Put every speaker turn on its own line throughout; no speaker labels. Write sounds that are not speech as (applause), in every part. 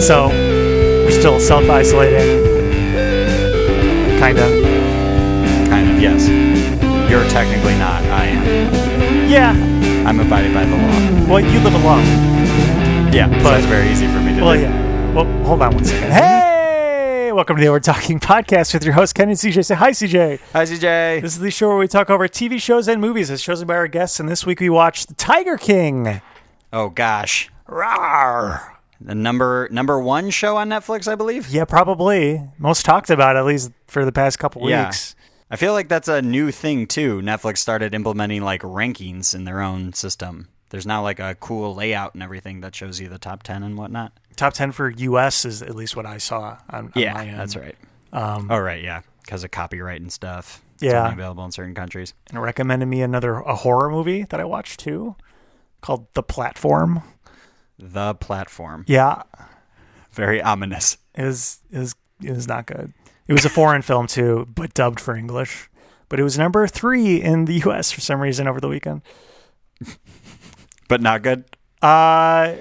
So we're still self isolating. Kinda.
Kind of, yes. You're technically not. I am.
Yeah.
I'm abiding by the law.
Well, you live alone.
Yeah, so
But-
that's very easy for me to
Well,
do.
yeah. Well, hold on one second. Hey! Welcome to the Over Talking Podcast with your host, Ken and CJ. Say hi, CJ.
Hi, CJ.
This is the show where we talk over TV shows and movies as chosen by our guests, and this week we watched The Tiger King.
Oh gosh. Rawr. The number number one show on Netflix, I believe.
Yeah, probably. Most talked about, at least for the past couple
Yeah.
weeks.
I feel like that's a new thing too. Netflix started implementing like rankings in their own system. There's now like a cool layout and everything that shows you the top ten and whatnot.
Top 10 for US is at least what I saw on, on
Yeah,
my end.
that's right. Um, oh right, yeah, because of copyright and stuff. It's
Yeah.
only available in certain countries.
And it recommended me another a horror movie that I watched too called The Platform.
The platform,
Yeah.
very ominous.
It was it was it was not good. It was a foreign film too, but dubbed for English. But it was number three in the (laughs) U.S. for some reason over the weekend.
but not good.
Uh,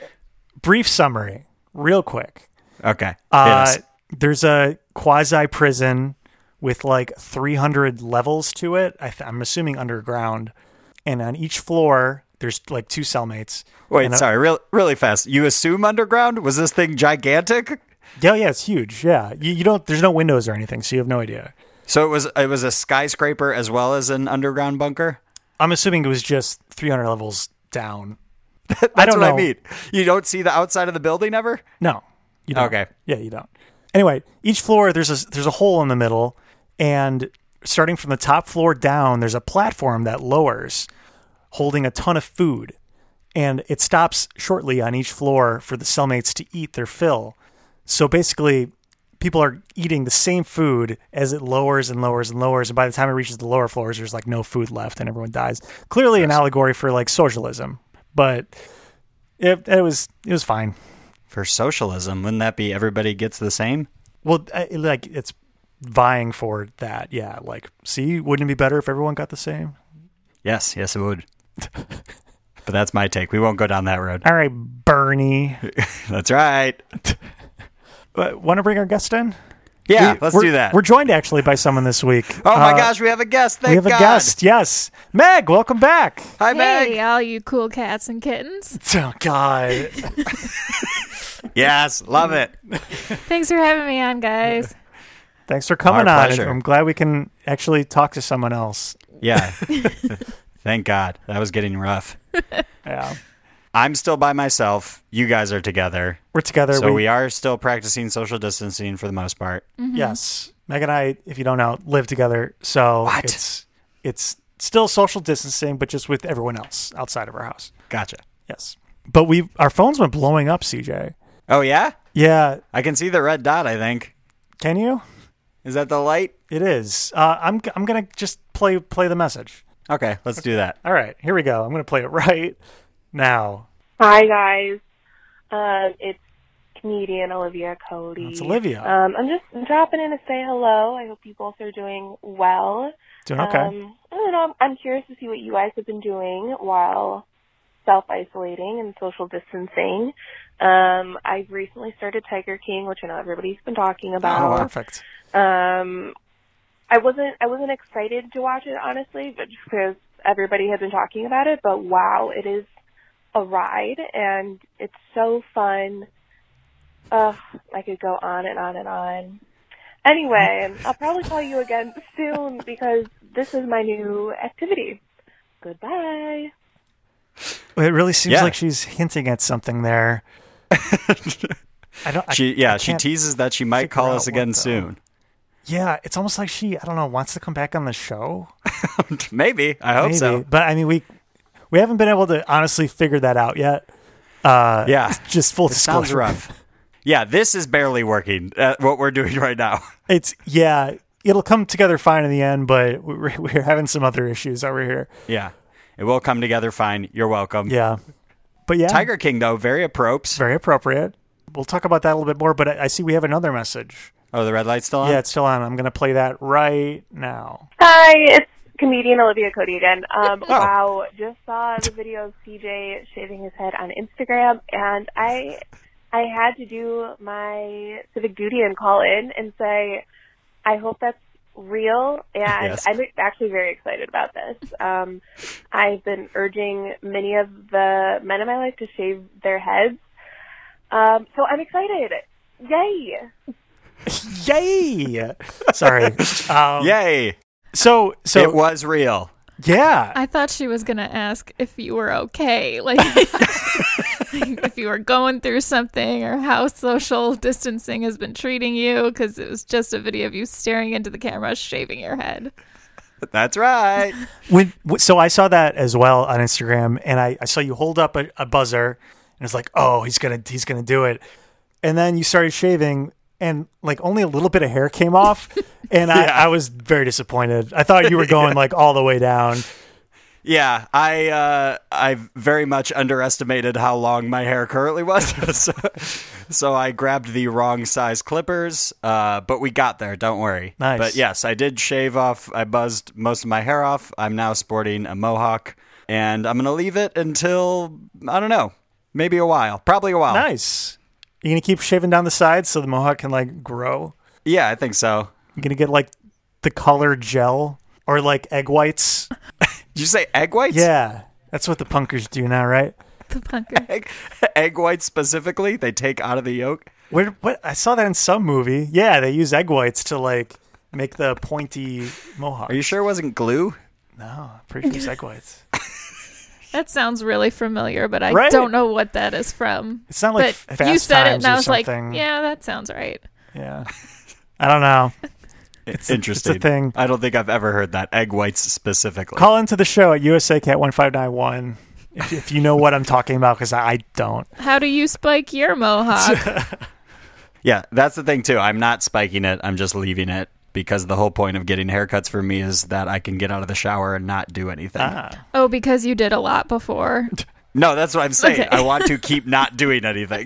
brief summary, real quick.
Okay.
Uh,
Yes.
There's a quasi prison with like 300 levels to it. I th- I'm assuming underground, and on each floor there's like two cellmates.
Wait,
and a-
sorry, real, really fast. You assume underground? Was this thing gigantic?
Yeah, yeah, it's huge. Yeah, you, you don't. There's no windows or anything, so you have no idea.
So it was it was a skyscraper as well as an underground bunker?
I'm assuming it was just 300 levels down.
That's
don't
what
know.
I mean. You don't see the outside of the building ever?
No, you don't.
Okay.
Yeah, you don't. Anyway, each floor there's a there's a hole in the middle, and starting from the top floor down, there's a platform that lowers, holding a ton of food, and it stops shortly on each floor for the cellmates to eat their fill. So basically, people are eating the same food as it lowers and lowers and lowers, and by the time it reaches the lower floors, there's like no food left, and everyone dies. Clearly, an allegory for like socialism, but it, it was it was fine.
For socialism, wouldn't that be everybody gets the same?
Well, I, like it's vying for that. Yeah, like see, wouldn't it be better if everyone got the same?
Yes, yes it would. (laughs) but that's my take. We won't go down that road.
All right, Bernie.
That's right.
Want to bring our guest in?
Yeah,
We-
let's
we're-
do that.
We're joined actually by someone this week.
oh my
Uh,
gosh, we have a guest. Thank
we have
God.
a guest. Yes, Meg, welcome back.
Hi
Hey,
Meg.
all you cool cats and kittens.
(laughs) Oh God,
Yes, love it.
Thanks for having me on, guys.
thanks for coming
Our
on.
pleasure.
I'm glad we can actually talk to someone else. (laughs)
Yeah. Thank God. That was getting rough.
Yeah,
I'm still by myself. You guys are together.
we're together.
So we are still practicing social distancing for the most part.
Yes, Meg and I, if you don't know, live together. So
What?
it's it's still social distancing, but just with everyone else outside of our house.
Gotcha.
Yes. But we our phones went blowing up, CJ.
Oh yeah?
Yeah,
I can see the red dot, I think.
can you?
Is that the light?
It is. Uh, I'm I'm gonna just play play the message.
Okay, let's do that.
All right, here we go. I'm gonna play it (laughs) right now.
Hi guys, um, it's comedian Olivia Cody.
It's Olivia.
Um, I'm just dropping in to say hello. I hope you both are doing well.
Doing okay.
Um, I don't know. I'm, I'm curious to see what you guys have been doing while self isolating and social distancing. Um, I've recently started Tiger King, which I know everybody's been talking
oh,
about.
perfect.
Um, I wasn't I wasn't excited to watch it honestly, but just because everybody had been talking about it. But wow, it is a ride, and it's so fun. Ugh, I could go on and on and on. Anyway, I'll probably call you again soon because this is my new activity. Goodbye.
It really seems
Yeah.
like she's hinting at something
(laughs)
there. I don't. I-
She yeah,
I
she
can't-
teases that she might
figure
call
out
us
what
again
the-
soon.
Yeah, it's almost like she. I don't know. Wants to come back on the show.
Maybe. I hope
Maybe.
so.
But I mean, we we haven't been able to honestly figure that out yet. Uh,
Yeah.
Just full disclosure.
Sounds rough. Yeah, this is barely working. Uh, what we're doing (laughs) right now.
It's yeah, it'll come together fine in the end, but we're, (laughs) we're having some other issues over here.
Yeah. It will come together fine. You're welcome.
Yeah, but yeah,
Tiger King though, very appropriate.
very appropriate. We'll talk about that a little bit more. But I, I see we have another message.
Oh, the red light's still on?
Yeah, it's still on. I'm gonna play that right now. (laughs)
Hi, it's comedian Olivia Cody again. Um, Wow, just saw the video of CJ shaving his head on Instagram, and I I had to do my civic duty and call in and say, I hope that's real. And
Yes.
I'm actually very excited about this. Um, I've been urging many of the men in my life to shave their heads. Um, so I'm excited. Yay.
Yay! Sorry.
(laughs)
Um,
Yay!
So so
it was real.
yeah.
I thought she was gonna ask if you were okay, (laughs) like if you were going through something or how social distancing has been treating you, because it was just a video of you staring into the camera, shaving your head.
That's right.
When w- so I saw that as well on Instagram, and I, I saw you hold up a, a buzzer, and it's like, oh, he's gonna he's gonna do it, and then you started shaving, and like only a little bit of hair came off, and I, I was very disappointed. I thought you were going like all the way down.
Yeah, I uh, I very much underestimated how long my hair currently was, (laughs) so, so I grabbed the wrong size clippers. Uh, but we got there. Don't worry.
Nice.
But yes, I did shave off. I buzzed most of my hair off. I'm now sporting a mohawk, and I'm gonna leave it until I don't know, maybe a while, probably a while.
Nice. You gonna keep shaving down the sides so the mohawk can like grow?
Yeah, I think so.
You gonna get like the color gel or like egg whites?
Did you say egg whites?
Yeah, that's what the punkers do now, right?
The punker.
Egg, (laughs) egg whites specifically, they take out of the yolk.
Where what I saw that in some movie. Yeah, they use egg whites to like make the pointy mohawk.
Are you sure it wasn't glue?
No, I'm pretty sure it's egg whites.
That sounds really familiar, but I
Right?
don't know what that is from.
It's not like
but
Fast
you said it,
Times
and I
or
was like,
something.
yeah, that sounds right.
Yeah. I don't know.
It's
interesting. thing.
I don't think I've ever heard that egg whites specifically.
Call into the show at USACat1591 if, if you know what I'm talking about because I don't.
How do you spike
(laughs)
your mohawk?
yeah, that's the thing too. I'm not spiking it. I'm just leaving it because the whole point of getting haircuts for me is that I can get out of the shower and not do anything.
oh, because you did a lot before.
No, that's what I'm saying.
Okay.
I want to keep not doing anything.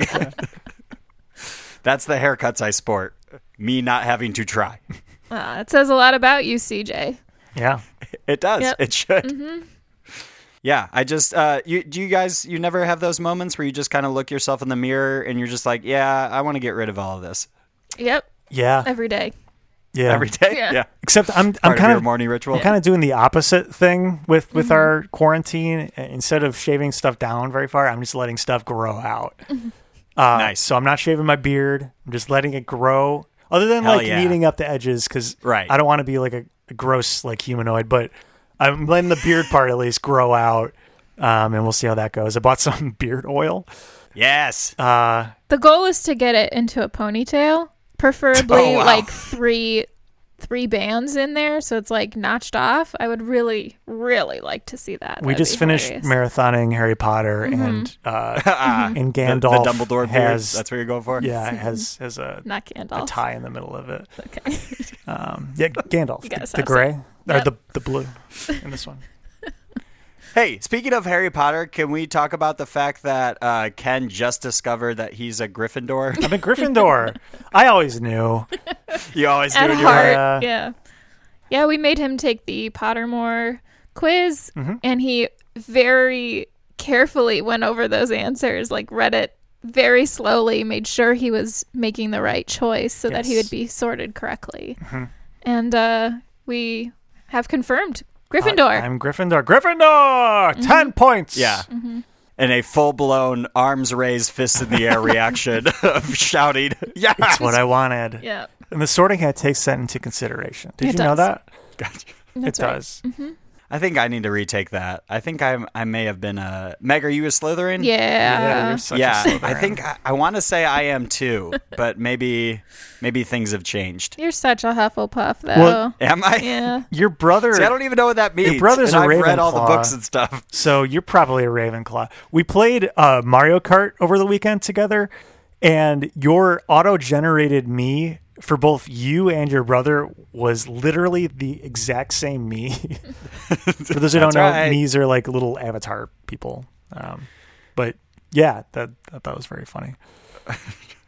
that's the haircuts I sport. Me not having to try.
Ah, it says a lot about you, CJ.
Yeah.
It does.
Yep.
It should. Yeah, I just uh, you do you guys you never have those moments where you just kind of look yourself in the mirror and you're just like, yeah, I want to get rid of all of this
Yep,
Yeah.
every day.
Yeah.
every day.
Yeah.
Except I'm I'm
part of
kind
your
of
morning ritual.
I'm kind of doing the opposite thing with with our quarantine. I- Instead of shaving stuff down very far, I'm just letting stuff grow out. Uh,
Nice.
So I'm not shaving my beard. I'm just letting it grow. Other than
Hell
like
yeah.
eating up the edges, because
Right.
I don't want to be like a, a gross like humanoid, but I'm letting the beard part at least grow out. Um, and we'll see how that goes. I bought (laughs) some beard oil.
Yes.
(laughs) Uh,
The goal is to get it into a ponytail,
(laughs)
preferably
Oh, wow.
like three three bands in there, so it's like notched off. I would really, really like to see that.
we
That'd
just
be
finished
hilarious. Mm-hmm.
marathoning Harry Potter, and uh,
(laughs) Ah,
and
the, the
Gandalf
Dumbledore
has
beard. That's what you're going
(laughs)
for.
(laughs)
yeah has has a
not
a
Gandalf.
tie in the middle of it.
Okay.
Um, yeah, Gandalf,
You
the,
gotta
the
stop
gray or
Yep.
the the blue in this
(laughs)
one.
Hey, speaking of Harry Potter, can we talk about the fact that uh, Ken just discovered that he's a Gryffindor? (laughs)
I'm a Gryffindor. I always knew.
you always do
At
when you're
heart,
like,
Yeah.
yeah, yeah. We made him take the Pottermore quiz,
Mm-hmm.
and he very carefully went over those answers, like read it very slowly, made sure he was making the right choice so that he
Yes. Mm-hmm.
would be sorted correctly. And uh, we have confirmed Gryffindor. Mm-hmm.
I'm Gryffindor. Gryffindor. Ten points.
Yeah. And a full blown arms raised, fist in the air reaction (laughs) of shouting, Yes!
that's what I wanted.
yeah,
And the Sorting Hat takes that into consideration. Did
It
you know
does.
that?
Gotcha.
that's
it
right. Mm-hmm.
does.
I think I need to retake that. I think I I may have been a. Meg, are you a Slytherin?
Yeah.
(laughs) Yeah, you're such a
Yeah, I
Slytherin.
think I, I want to say I am too, but maybe maybe things have changed.
You're such a Hufflepuff, though.
Well- eh,
Am I?
yeah.
your brother.
See, I don't even know what that means.
brother's a
and I've read all the
Ravenclaw.
books and stuff.
So you're probably a Ravenclaw. We played uh, Mario Kart over the weekend together, and your auto generated me for both you and your brother was literally the exact same me.
(laughs)
for those who don't
That's
know,
right.
me's are like little avatar people. Um, but yeah, that, that that was very funny.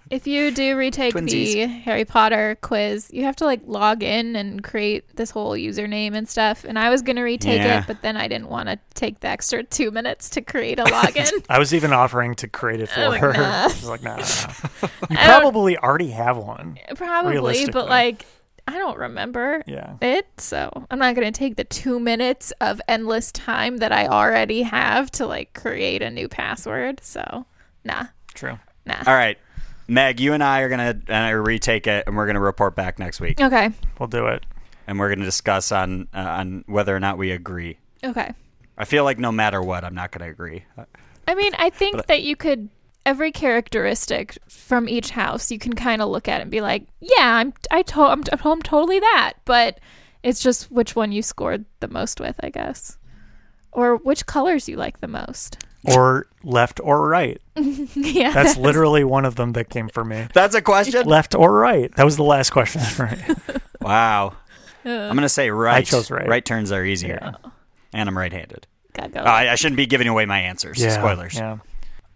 If you do retake the
Twinsies.
Harry Potter quiz, you have to like log in and create this whole username and stuff. And I was gonna retake
Yeah.
it, but then I didn't want to take the extra two minutes to create a login.
I was even offering to create it for
Oh, like,
her.
nah. Oh.
I was like, no, no,
(laughs)
no. You
I don't-
probably already have one.
Probably,
Realistically.
but like I don't remember
Yeah.
it, so I'm not gonna take the two minutes of endless time that I already have to like create a new password. So nah,
True.
nah.
All right, Meg, you and I are gonna and I retake it, and we're gonna report back next week,
Okay,
We'll do it.
and we're gonna discuss on uh, on whether or not we agree.
okay.
I feel like no matter what, I'm not gonna agree.
I mean, I think that you could every characteristic from each house you can kind of look at and be like, yeah, I'm I to- I'm, I'm totally that, but it's just which one you scored the most with, I guess, or which colors you like the most. (laughs)
Or left or right.
yeah,
That's
(laughs)
literally one of them that came for me.
That's
(laughs)
a question.
Left or right? That was the last question. (laughs) Right.
wow, I'm gonna say right.
I chose right.
Right turns are easier, and I'm right-handed.
gotta go.
I, I shouldn't be giving away my answers. Spoilers.
Yeah.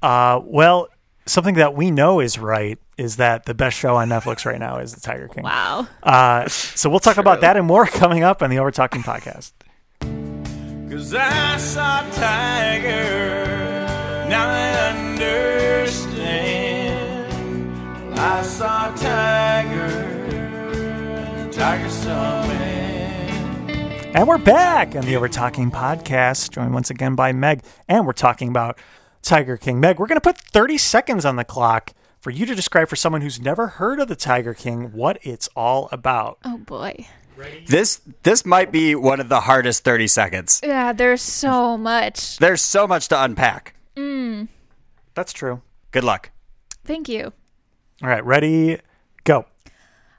Uh, well, something that we know is right is that the best show on Netflix right now is The Tiger King.
wow.
Uh, so we'll talk about
True.
that and more (laughs) coming up on the Over Talking podcast.
Cause I saw Tiger, now I understand. I saw Tiger, Tiger saw man.
And we're back on the Over Talking podcast, joined once again by Meg. And we're talking about Tiger King. Meg, we're going to put 30 seconds on the clock for you to describe for someone who's never heard of The Tiger King what it's all about.
Oh boy.
This this might be one of the hardest 30 seconds.
Yeah, there's so much.
There's so much to unpack.
That's true.
Good luck.
Thank you.
All right, ready, go.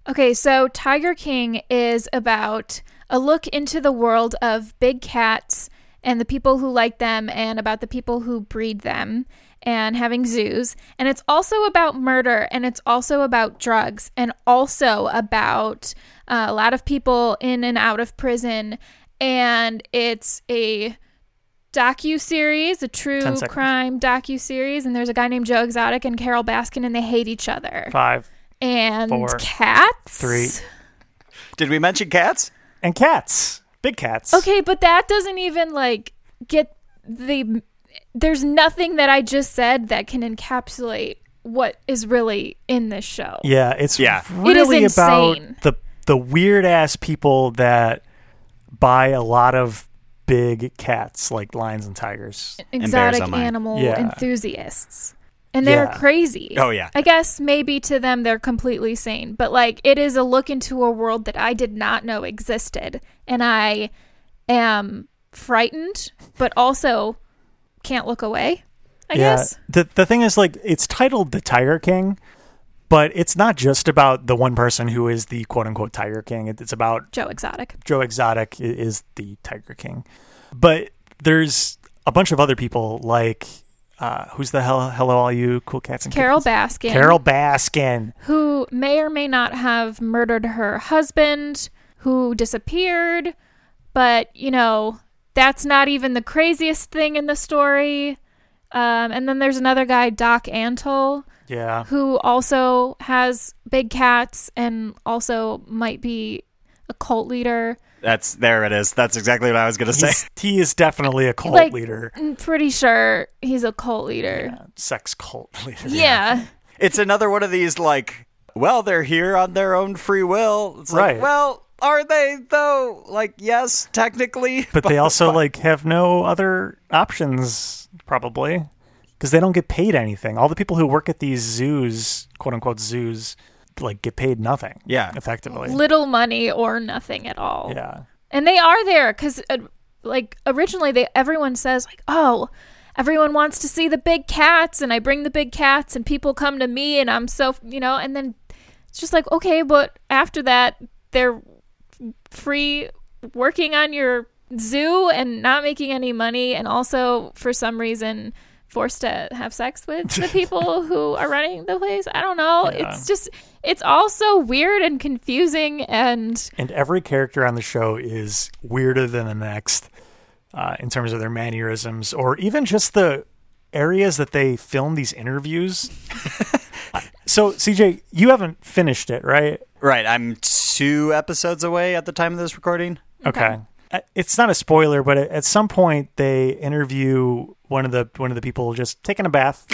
Okay, so Tiger King is about a look into the world of big cats and the people who like them and about the people who breed them and having zoos. And it's also about murder and it's also about drugs and also about uh, a lot of people in and out of prison. And it's a docu series, a true
seconds.
crime docu series. And there's a guy named Joe Exotic and Carol Baskin, and they hate each other
Five.
and
Four,
cats.
three.
Did we mention cats?
And cats, big cats.
Okay, but that doesn't even like get the. There's nothing that I just said that can encapsulate what is really in this show.
Yeah, it's
Yeah.
It is
really about
insane.
the the weird ass people that buy a lot of big cats like lions and tigers.
bears
Exotic
on mine.
animal
Yeah.
enthusiasts. And they're
Yeah.
crazy.
Oh, yeah.
I guess maybe to them they're completely sane, but like it is a look into a world that I did not know existed. And I am frightened, but also can't look away, I guess.
The the thing is like it's titled The Tiger King, but it's not just about the one person who is the quote unquote Tiger King. It- It's about
Joe Exotic.
Joe Exotic i- is the Tiger King. But there's a bunch of other people like uh, who's the hell hello all you cool cats and
Carol
kittens?
Baskin.
Carol Baskin.
who may or may not have murdered her husband, who disappeared, but you know, that's not even the craziest thing in the story. Um, and then there's another guy, Doc Antle,
Yeah.
who also has big cats and also might be a cult leader.
That's there it is. That's exactly what I was going to say.
He's- he is definitely a cult
Like-
leader,
I'm pretty sure he's a cult leader.
sex cult leader.
Yeah.
It's another one of these like, well, they're here on their own free will. It's
Right.
like, well, are they though? Like, yes, technically.
(laughs) But they also like have no other options probably because they don't get paid anything. All the people who work at these zoos, quote unquote zoos, like get paid nothing.
Yeah.
effectively.
Little money or nothing at all.
yeah,
and they are there because uh, like originally they everyone says like oh everyone wants to see the big cats and i bring the big cats and people come to me and i'm so you know and then it's just like okay but after that they're free working on your zoo and not making any money and also for some reason forced to have sex with the people who are running the place i don't know it's just it's all so weird and confusing and
and every character on the show is weirder than the next uh, in terms of their mannerisms or even just the areas that they film these interviews. (laughs) So CJ, you haven't finished it, right?
(laughs) Right, I'm two episodes away at the time of this recording.
Okay. Uh, It's not a spoiler, but at- at some point they interview one of the one of the people just taking a bath,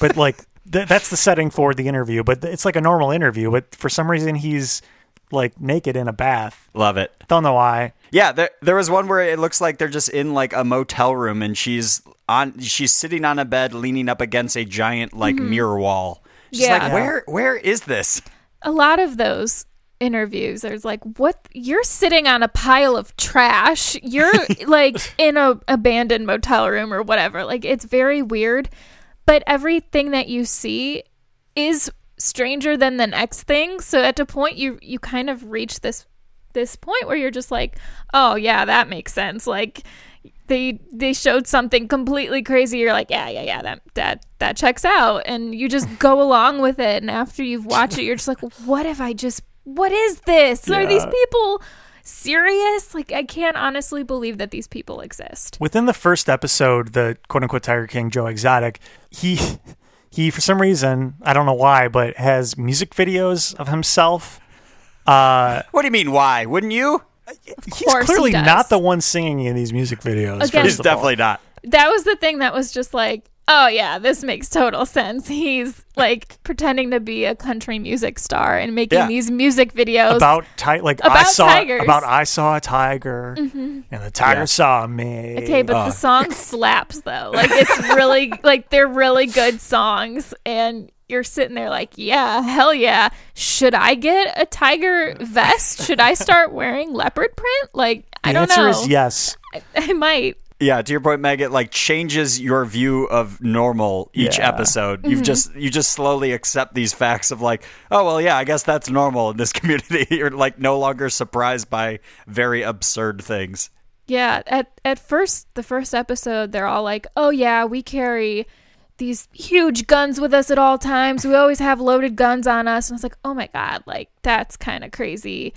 but like th- that's the setting for the interview. But it's like a normal interview, but for some reason he's like naked in a bath.
Love it.
Don't know why.
Yeah, there there was one where it looks like they're just in like a motel room and she's on she's sitting on a bed leaning up against a giant like mirror wall. She's
Yeah.
like, "Where where is this?"
a lot of those interviews there's like what you're sitting on a pile of trash you're like in a abandoned motel room or whatever like it's very weird but everything that you see is stranger than the next thing so at a point you you kind of reach this this point where you're just like oh yeah that makes sense like they they showed something completely crazy you're like yeah yeah yeah that that that checks out and you just go along with it and after you've watched it you're just like what if i just what is this are these
Yeah.
people serious like i can't honestly believe that these people exist
Within the first episode, the quote unquote Tiger King Joe Exotic, he he for some reason I don't know why, but has music videos of himself. Uh,
(laughs)
What do you mean why? Wouldn't you?
He's
course he
clearly
does.
not the one singing in these music videos.
Again-
first
He's
of all.
definitely not.
that was the thing that was just like oh yeah this makes total sense (laughs) he's like pretending to be a country music star and making
Yeah.
these music videos
about ti- like I
About
saw
tigers. Mm-hmm.
about I saw a tiger and the tiger
Yeah.
saw me.
Okay, but
Uh. (laughs)
the song slaps though. Like it's really like they're really good songs and you're sitting there like, yeah, hell yeah. Should I get a tiger vest? Should I start wearing leopard print? Like
the
I don't
answer
know.
is yes.
(laughs) I might.
Yeah, to your point, Meg, it like changes your view of normal each
Yeah.
episode. You've just you just slowly accept these facts of like, oh well, yeah, I guess that's normal in this (laughs) community. You're like no longer surprised by very absurd things.
Yeah, at at first the first episode they're all like, "Oh yeah, we carry these huge guns with us at all times. We always have loaded guns on us." And I was like, "Oh my god, like that's kind of crazy.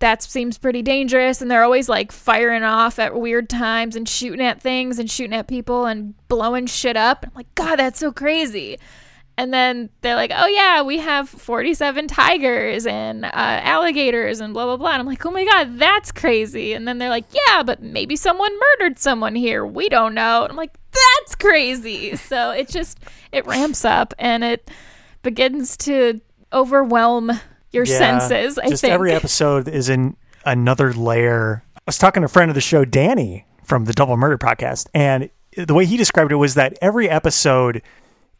That seems pretty dangerous." And they're always like firing off at weird times and shooting at things and shooting at people and blowing shit up. I'm like, "God, that's so crazy." And then they're like, "Oh yeah, we have 47 tigers and uh, alligators and blah blah blah." And I'm like, "Oh my god, that's crazy!" And then they're like, "Yeah, but maybe someone murdered someone here. We don't know." And I'm like, "That's crazy!" So it just it ramps up and it begins to overwhelm your
Yeah.
senses. I
Just
think
every episode is in another layer. I was talking to a friend of the show, Danny from the Double Murder podcast, and the way he described it was that every episode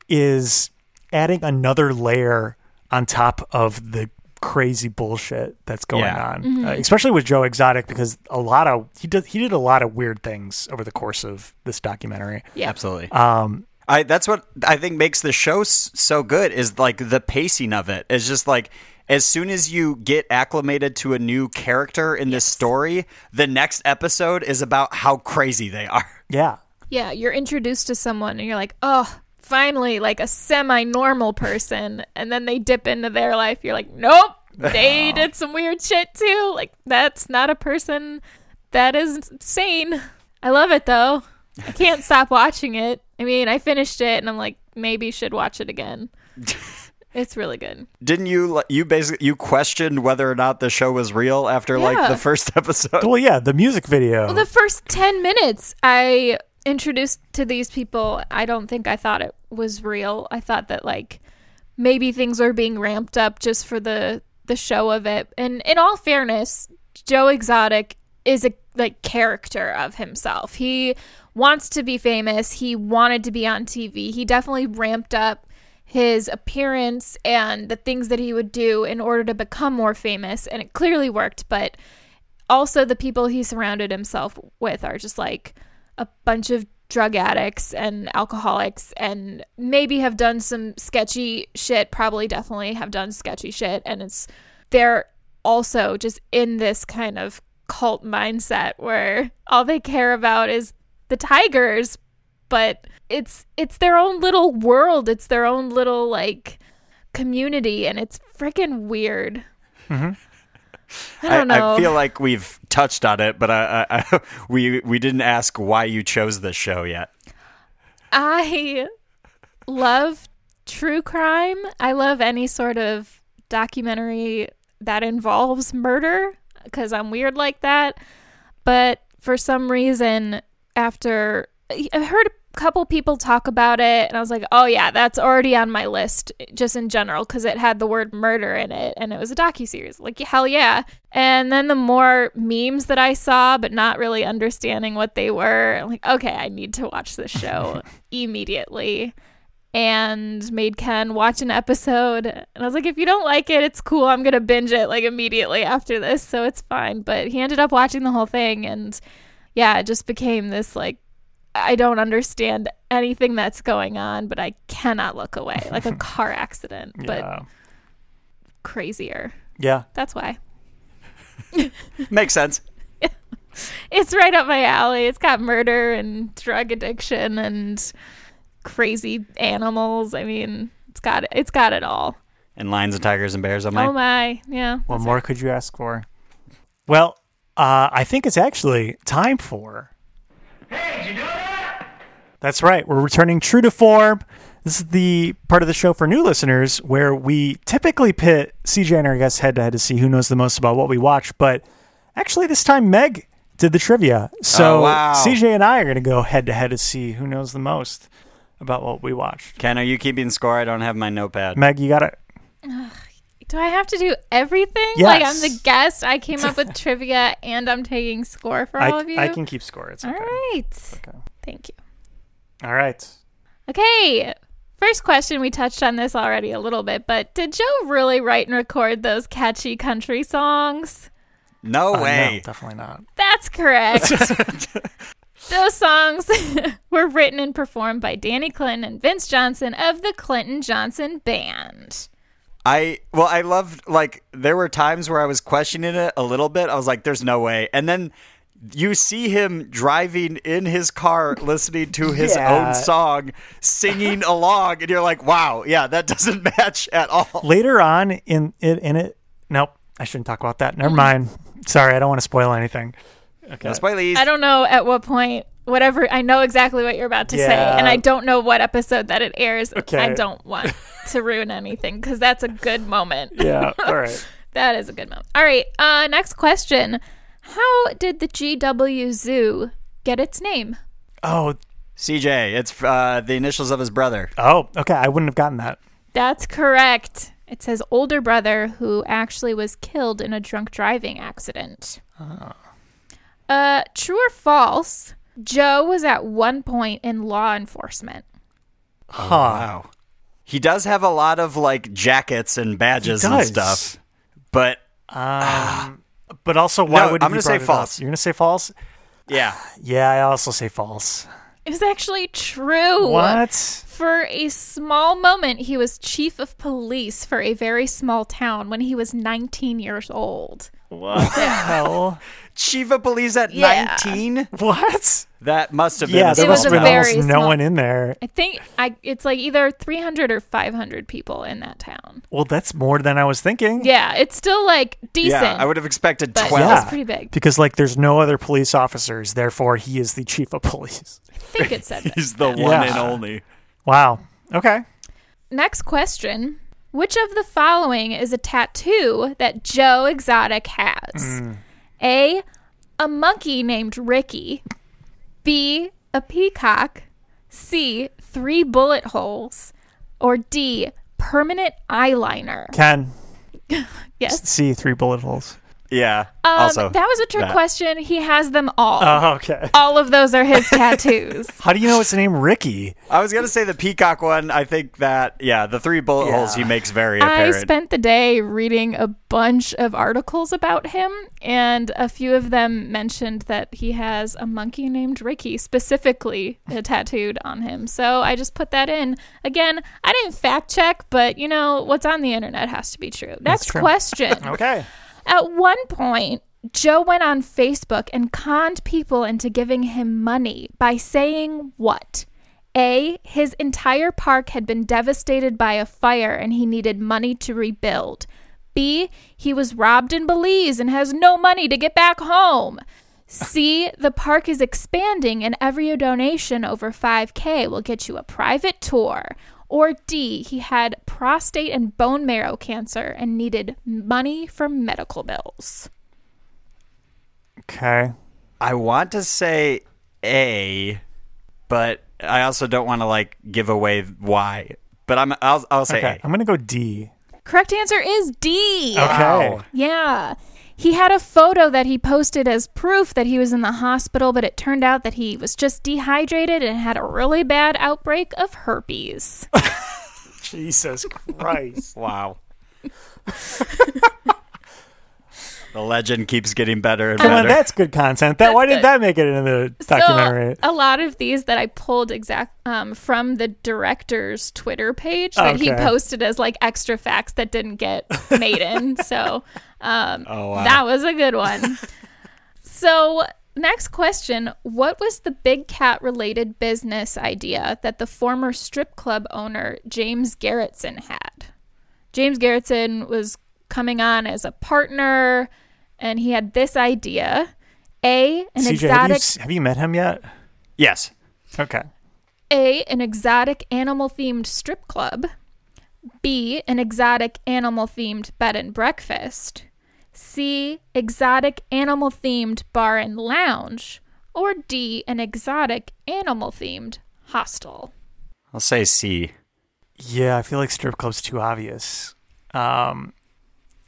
is adding another layer on top of the crazy bullshit that's going
Yeah.
on,
Mm-hmm.
Uh, especially with Joe Exotic because a lot of he did he did a lot of weird things over the course of this documentary.
Yeah.
Absolutely. Um, I that's what I think makes the show s- so good is like the pacing of it. It's just like as soon as you get acclimated to a new character in this story, the next episode is about how crazy they are.
Yeah.
yeah, you're introduced to someone and you're like, "Oh." Finally, like a semi normal person, and then they dip into their life. You're like, nope, they did some weird shit too. Like, that's not a person that is sane. I love it though. I can't stop watching it. I mean, I finished it and I'm like, maybe should watch it again. It's really good.
Didn't you li- you basically you questioned whether or not the show was real after like
Yeah.
the first (laughs) episode?
Well, yeah, the music video.
Well, the first 10 minutes I introduced to these people, I don't think I thought it was real. I thought that like maybe things were being ramped up just for the the show of it. And in all fairness, Joe Exotic is a like character of himself. He wants to be famous. He wanted to be on TV. He definitely ramped up his appearance and the things that he would do in order to become more famous and it clearly worked, but also the people he surrounded himself with are just like a bunch of drug addicts and alcoholics and maybe have done some sketchy shit probably definitely have done sketchy shit and it's they're also just in this kind of cult mindset where all they care about is the tigers but it's it's their own little world it's their own little like community and it's freaking weird Mm-hmm. i don't know
I, feel like we've touched on it, but I, I, I (laughs) we we didn't ask why you chose this show yet.
I love true crime. I love any sort of documentary that involves murder because I'm weird like that. But for some reason, after I heard a couple people talk about it, and I was like, oh, yeah, that's already on my list just in general because it had the word murder in it and it was a docuseries. Like, hell yeah. And then the more memes that I saw, but not really understanding what they were, I'm like, okay, I need to watch this show immediately and made Ken watch an episode. And I was like, if you don't like it, it's cool. I'm going to binge it like immediately after this. So it's fine. But he ended up watching the whole thing. And yeah, it just became this like, I don't understand anything that's going on, but I cannot look away. Like a car accident,
Yeah.
but crazier.
yeah.
That's why.
Makes sense.
It's right up my alley. It's got murder and drug addiction and crazy animals. I mean, it's got it. It's got it all.
And lions and tigers and bears. I'm like,
Oh my. Yeah.
What more could you ask for? Well, uh, I think it's actually time for. That's right. We're returning true to form. This is the part of the show for new listeners where we typically pit CJ and our guests head to head to see who knows the most about what we watch. But actually, this time Meg did the trivia. So
Oh, wow.
CJ and I are going to go head to head to see who knows the most about what we watched.
Ken, are you keeping score? I don't have my notepad.
Meg, you got it.
Do I have to do everything?
Yes.
Like I'm the guest. I came
(laughs)
up with trivia and I'm taking score for all
I,
of you.
I can keep score. It's
all
okay.
right. Thank you.
All right.
Okay. First question, we touched on this already a little bit, but did Joe really write and record those catchy country songs?
No
Uh,
way.
no, definitely not. (laughs)
That's correct. those songs (laughs) were written and performed by Danny Clinton and Vince Johnson of the Clinton Johnson Band.
I well, I loved like there were times where I was questioning it a little bit. I was like, "There's no way," and then you see him driving in his car, listening to his
Yeah.
own song,
(laughs)
singing along, and you're like, "Wow, yeah, that doesn't (laughs) match at all."
later on in it in it nope i shouldn't talk about that never mind sorry i don't want to spoil anything
No spoilies.
I don't know at what point whatever I know exactly what you're about to say
Yeah.
and I don't know what episode that it airs.
Okay.
I
(laughs)
don't want to ruin anything cuz that's a good moment.
yeah all right
That is a good moment. All right, uh next question. How did the GW Zoo get its name?
oh
CJ, it's uh, the initials of his brother.
oh okay i wouldn't have gotten that
That's correct. It says older brother who actually was killed in a drunk driving accident.
Ah.
Uh, true or false? Joe was at one point in law enforcement.
huh
Wow, he does have a lot of like jackets and badges and
does.
stuff, but
but also why
No,
would
I'm
you
gonna say
brought it up?
false.
you're gonna say false
(sighs)
yeah,
yeah i also say false
It was actually true.
what
For a small moment, he was chief of police for a very small town when he was 19 years old.
hell
(laughs) chief of police at
Yeah.
19.
what
That must have been
yeah
a
there
It
must
was
have
a
been almost
very
no
small-
one in there
I think I, it's like either 300 or 500 people in that town.
well that's more than i was thinking
Yeah, it's still like decent.
Yeah, I would have expected
But-
twelve.
Yeah. That's pretty big.
because like there's no other police officers therefore he is the chief of police
I think it said that.
(laughs) He's the
one and
only.
wow okay
Next question. Which of the following is a tattoo that Joe Exotic has?
Hmm.
A. A monkey named Ricky. B. A peacock. C. Three bullet holes. Or D. Permanent eyeliner.
ken
(laughs) Yes.
see three bullet holes
Yeah.
Um,
also,
that was a trick
that. Uh,
question. He has them all.
oh (laughs) okay
all of those are
(laughs)
his tattoos.
how do you know it's named ricky
I was gonna say the peacock one. I think that yeah, the three bullet
Yeah.
holes he makes very
I
apparent.
spent the day reading a bunch of articles about him, and a few of them mentioned that he has a monkey named Ricky specifically tattooed on him. So I just put that in. Again, I didn't fact check, but you know, what's on the internet has to be true. Next
true.
question.
okay
At one point, Joe went on Facebook and conned people into giving him money by saying what? A. His entire park had been devastated by a fire and he needed money to rebuild. B. He was robbed in Belize and has no money to get back home. C. The park is expanding and every donation over 5K will get you a private tour. Or D, he had prostate and bone marrow cancer and needed money for medical bills.
Okay.
I want to say A, but I also don't want to like give away why. But I'm I'll I'll say
Okay.
A.
I'm gonna go D.
Correct answer is D.
Oh. Okay.
Yeah. He had a photo that he posted as proof that he was in the hospital, but it turned out that he was just dehydrated and had a really bad outbreak of herpes.
Jesus Christ.
Wow. (laughs) the legend keeps getting better and
Come on,
better.
that's good content. That why did
good.
that make it into the documentary?
So oh, a lot of these that I pulled exact um, from the director's Twitter page that he
Okay.
posted as like extra facts that didn't get
(laughs)
made in. So um,
Oh,
wow.
that was a good one. so next question: What was the big cat related business idea that the former strip club owner James Garretson had? James Garretson was coming on as a partner, and he had this idea. A, an
CJ, have you,
exotic
s- have you met him yet?
yes.
Okay.
A, an exotic animal themed strip club. B, an exotic animal themed bed and breakfast. C, exotic animal themed bar and lounge. Or D, an exotic animal themed hostel.
I'll say C.
Yeah, I feel like strip club's too obvious. Um,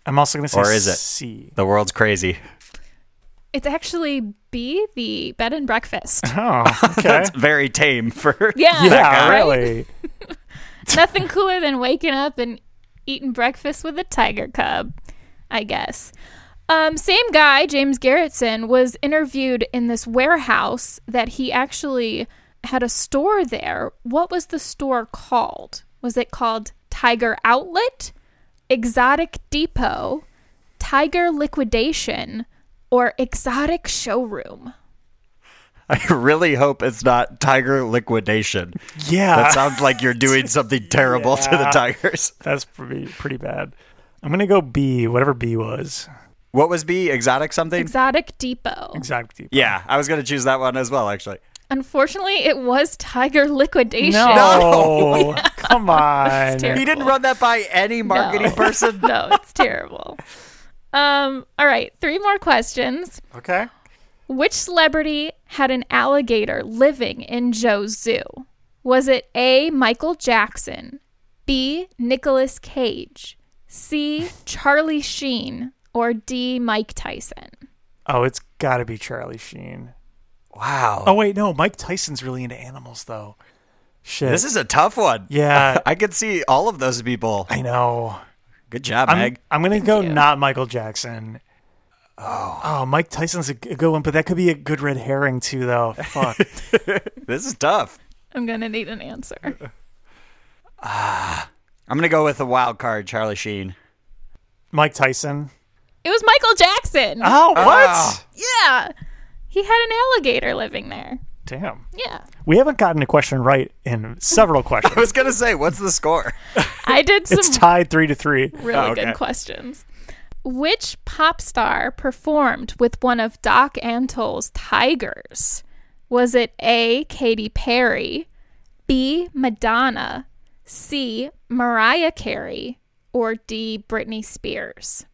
I'm also gonna say
Or is it?
C.
The world's crazy.
It's actually B, the bed
(laughs)
and breakfast.
Oh, okay.
That's very tame for
Yeah,
yeah,
right?
really.
(laughs) Nothing cooler than waking up and eating breakfast with a tiger cub, I guess. Um, same guy, James Garretson, was interviewed in this warehouse that he actually had a store there. What was the store called? Was it called Tiger Outlet, Exotic Depot, Tiger Liquidation, or Exotic Showroom?
I (laughs) really hope it's not tiger liquidation.
Yeah,
That sounds like
(laughs)
you're doing something terrible to the
Uh, Yeah.
tigers.
that's pretty pretty bad. I'm gonna go B, whatever B was.
What was B? Exotic something?
Exotic Depot.
Exactly.
yeah, I was going to choose that one as well, actually.
Unfortunately, it was Tiger Liquidation.
No,
(laughs)
come on.
terrible.
He didn't run that by any
(laughs)
marketing
No.
person.
no, it's terrible. Um, all right, three more questions.
Okay.
Which celebrity had an alligator living in Joe's zoo? Was it A. Michael Jackson, B. Nicolas Cage, C. Charlie Sheen, or D. Mike Tyson?
Oh, it's got to be Charlie Sheen.
Wow.
Oh wait, no, Mike Tyson's really into animals though. Shit.
This is a tough one.
Yeah.
(laughs) I could see all of those people.
I know.
Good job,
I'm,
Meg.
I'm gonna go
you.
not Michael Jackson. Oh. Mike Tyson's a g- a good one, but that could be a good red herring too, though. Fuck.
This is tough.
I'm going to need an answer.
I'm going to go with the wild card, Charlie Sheen. (laughs)
Mike Tyson.
It was Michael Jackson.
Oh, what?
Ah.
Yeah. He had an alligator living there.
Damn.
Yeah.
We haven't gotten a question right in
(laughs)
several
I
questions.
was going to say, what's the
(laughs)
score?
I did some
it's tied three to three.
really
Oh, okay.
good questions. Which pop star performed with one of Doc Antle's tigers? Was it A. Katy Perry, B. Madonna, C. Mariah Carey, or D. Britney Spears?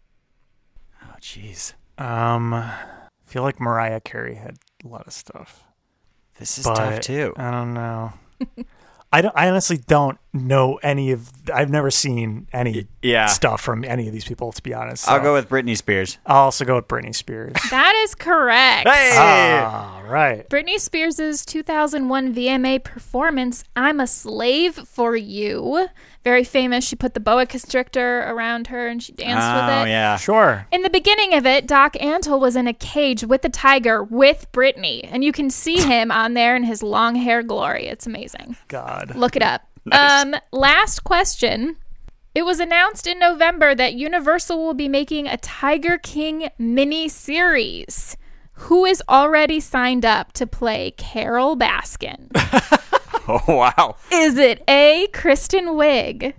Oh, jeez.
Um, I feel like Mariah Carey had a lot of stuff.
This is
but uh,
tough, too.
I don't know. I don't. I honestly don't know any of. I've never seen any
yeah.
stuff from any of these people. To be honest,
I'll
so.
go with Britney Spears.
I'll also go with Britney Spears.
That is correct.
Ah.
Hey!
All right.
Britney Spears' 2001 VMA performance, I'm a Slave for You, very famous. She put the boa constrictor around her and she danced
oh,
with it.
yeah.
Sure.
In the beginning of it, Doc Antle was in a cage with a tiger with Brittany, and you can see him on there in his long hair glory. It's amazing.
God.
Look it up.
Nice.
Um, last question. It was announced in November that Universal will be making a Tiger King mini series. Who is already signed up to play Carol Baskin?
Oh, (laughs) wow.
is it A. Kristen Wiig,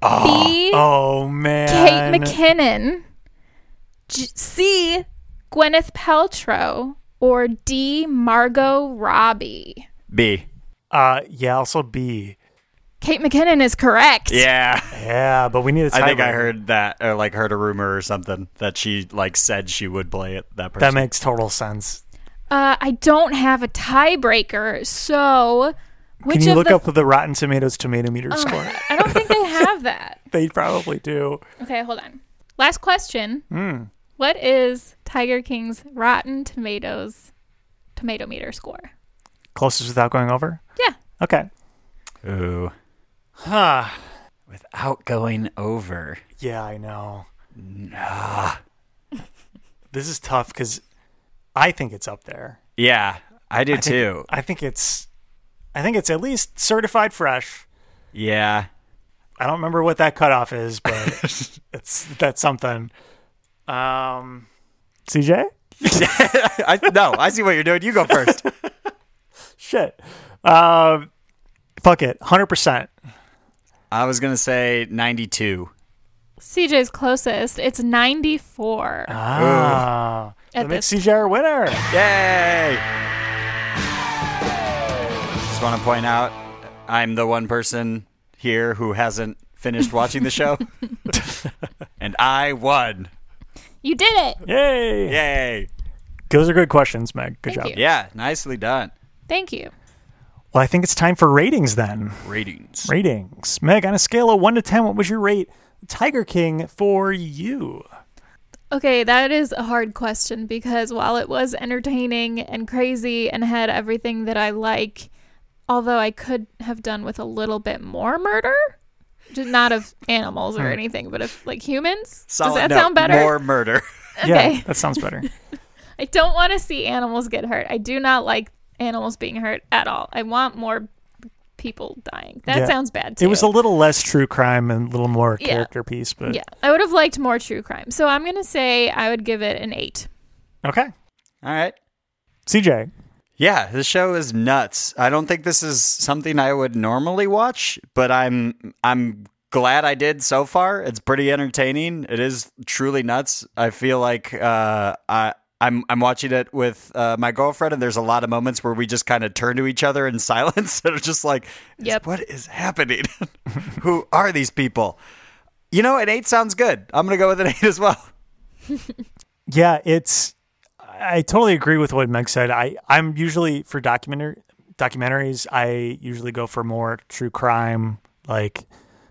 B.
Oh man.
Kate McKinnon, G- C. Gwyneth Paltrow, or D. Margot Robbie.
B.
Uh, yeah. Also B.
Kate McKinnon is
(laughs)
correct.
Yeah.
Yeah, but we need a
I think I
tiebreaker.
heard that or like heard a rumor or something that she like said she would play it that person.
That makes total sense.
Uh, I don't have a tiebreaker, so which
Can you
of
look
the Oh.
up the Rotten Tomatoes tomato meter score?
(laughs)
(laughs)
I don't think they have that.
They probably do.
Okay, hold on. Last question.
Hmm.
What is Tiger King's Rotten Tomatoes tomato meter score?
Closest without going over.
Yeah.
Okay.
Ooh.
Huh.
Without going over.
Yeah, I know. (laughs) this is tough because I think it's up there.
Yeah, I do too.
I think it's, I think it's at least certified fresh.
Yeah. (laughs)
I don't remember what that cutoff is, but it's that's something. Um, CJ,
I, no, I see what you're doing. You (laughs) go first.
shit. Um, fuck it, hundred percent.
I was going to say 92.
CJ's closest. It's 94.
Ah,
At
that makes
this-
CJ our winner.
Yay! Just want to point out I'm the one person here who hasn't finished watching the (laughs) show. and I won.
You did it.
Yay!
Yay!
Those are good questions, Meg. Good
Thank
job.
you.
Yeah, nicely done.
Thank you.
Well, I think it's time for ratings then.
Ratings.
Ratings, Meg. On a scale of one to ten, what was your rate? Tiger King for you.
Okay, that is a hard question because while it was entertaining and crazy and had everything that I like, although I could have done with a little bit more murder, just not of animals
Hmm.
or anything, but of like humans.
Solid
Does that
note.
sound better?
More murder. (laughs)
Yeah,
Okay.
that sounds
(laughs)
better.
I don't want to see animals get hurt. I do not like animals being hurt at all. I want more people dying. That
Yeah.
sounds bad too.
it was a little less true crime and a little more
Yeah.
character piece, but
yeah. I would have liked more true crime. So I'm gonna say I would give it an eight.
okay.
All right.
CJ,
Yeah, this show is nuts. I don't think this is something I would normally watch, but I'm I'm glad I did so far. It's pretty entertaining. It is truly nuts. I feel like uh, I I'm I'm watching it with uh, my girlfriend, and there's a lot of moments where we just kind of turn to each other in (laughs) silence and are just like,
Yep.
"What is happening? (laughs) Who are these people?" You know, an eight sounds good. I'm gonna go with an eight as well.
Yeah, it's. I totally agree with what Meg said. I I'm usually for documentary documentaries. I usually go for more true crime, like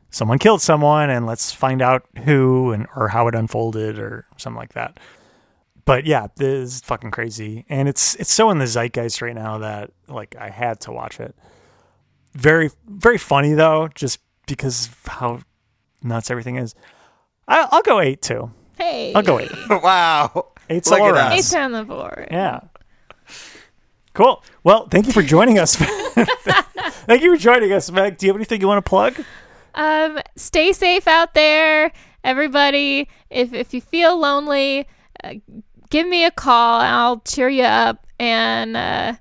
someone killed someone and let's find out who and or how it unfolded or something like that. But yeah, this is fucking crazy, and it's it's so in the zeitgeist right now that like I had to watch it. Very very funny though, just because of how nuts everything is. I, I'll go eight too.
Hey.
I'll
(laughs)
go eight.
wow,
Eight's
Look
all
at
around.
us.
Eight's on the board.
Yeah. Cool. Well, thank you for joining us. (laughs) thank you for joining us, Meg. Do you have anything you want to plug?
Um, stay safe out there, everybody. If if you feel lonely, uh, give me a call and I'll cheer you up. And uh,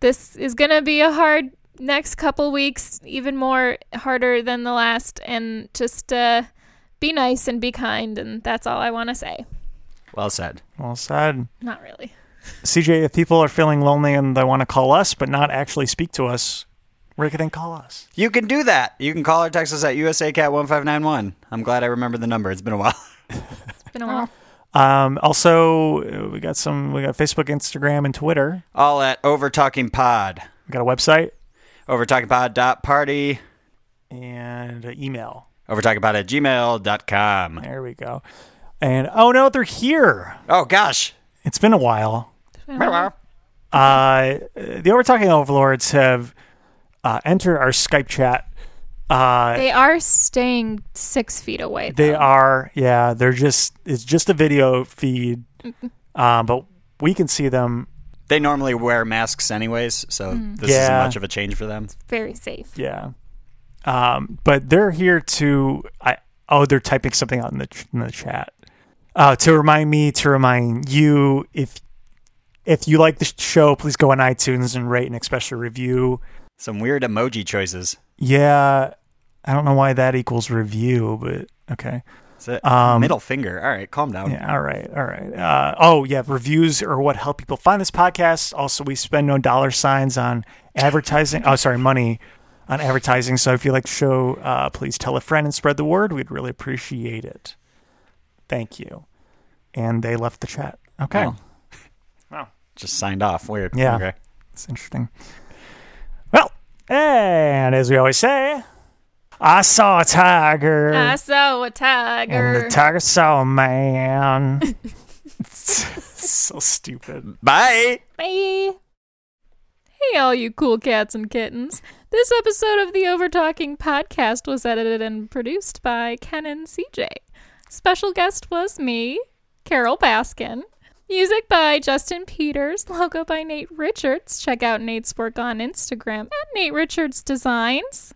this is gonna be a hard next couple weeks, even more harder than the last. And just uh, be nice and be kind, and that's all I want to say.
well said.
Well said.
Not really.
CJ, if people are feeling lonely and they want to call us but not actually speak to us, where can they call us?
You can do that. You can call or text us at USACat1591. I'm glad I remember the number. It's been a while. (laughs)
It's been a while.
Um, also, uh, we got some. We got Facebook, Instagram, and Twitter.
All at Over Talking Pod.
We got a website
Overtalkingpod.party.
and an email.
Overtalkingpod at gmail.com.
There we go. And oh no, they're here.
Oh, gosh.
It's been a while. uh, the Overtalking Overlords have uh, entered our Skype chat. Uh,
They are staying six feet away.
they
though.
are, yeah, they're just, it's just a video feed, uh, but we can see them.
They normally wear masks anyways, so this isn't
Yeah.
much of a change for them.
very safe.
Yeah. Um, but they're here to, I, oh, they're typing something out in the, ch- in the chat. Uh, to remind me, to remind you, if, if you like the show, please go on iTunes and rate and especially review.
Some weird emoji choices.
Yeah. I don't know why that equals review, but okay.
It's a middle finger. All right, calm down.
Um, Yeah, all right, all right. Uh, oh, yeah, reviews are what help people find this podcast. Also, we spend no dollar signs on advertising. Oh, sorry, money on advertising. So if you like the show, uh, please tell a friend and spread the word. We'd really appreciate it. Thank you. And they left the chat. Okay.
Oh. Just signed off. Weird.
Yeah.
Okay.
It's interesting. Well, and as we always say, I saw a tiger.
I saw a
and
tiger.
the tiger saw a
(laughs)
man. (laughs) so stupid.
Bye.
Bye. Hey, all you cool cats and kittens. This episode of the Overtalking podcast was edited and produced by Ken and CJ. Special guest was me, Carol Baskin. Music by Justin Peters, logo by Nate Richards. Check out Nate's work on Instagram at Nate Richards Designs.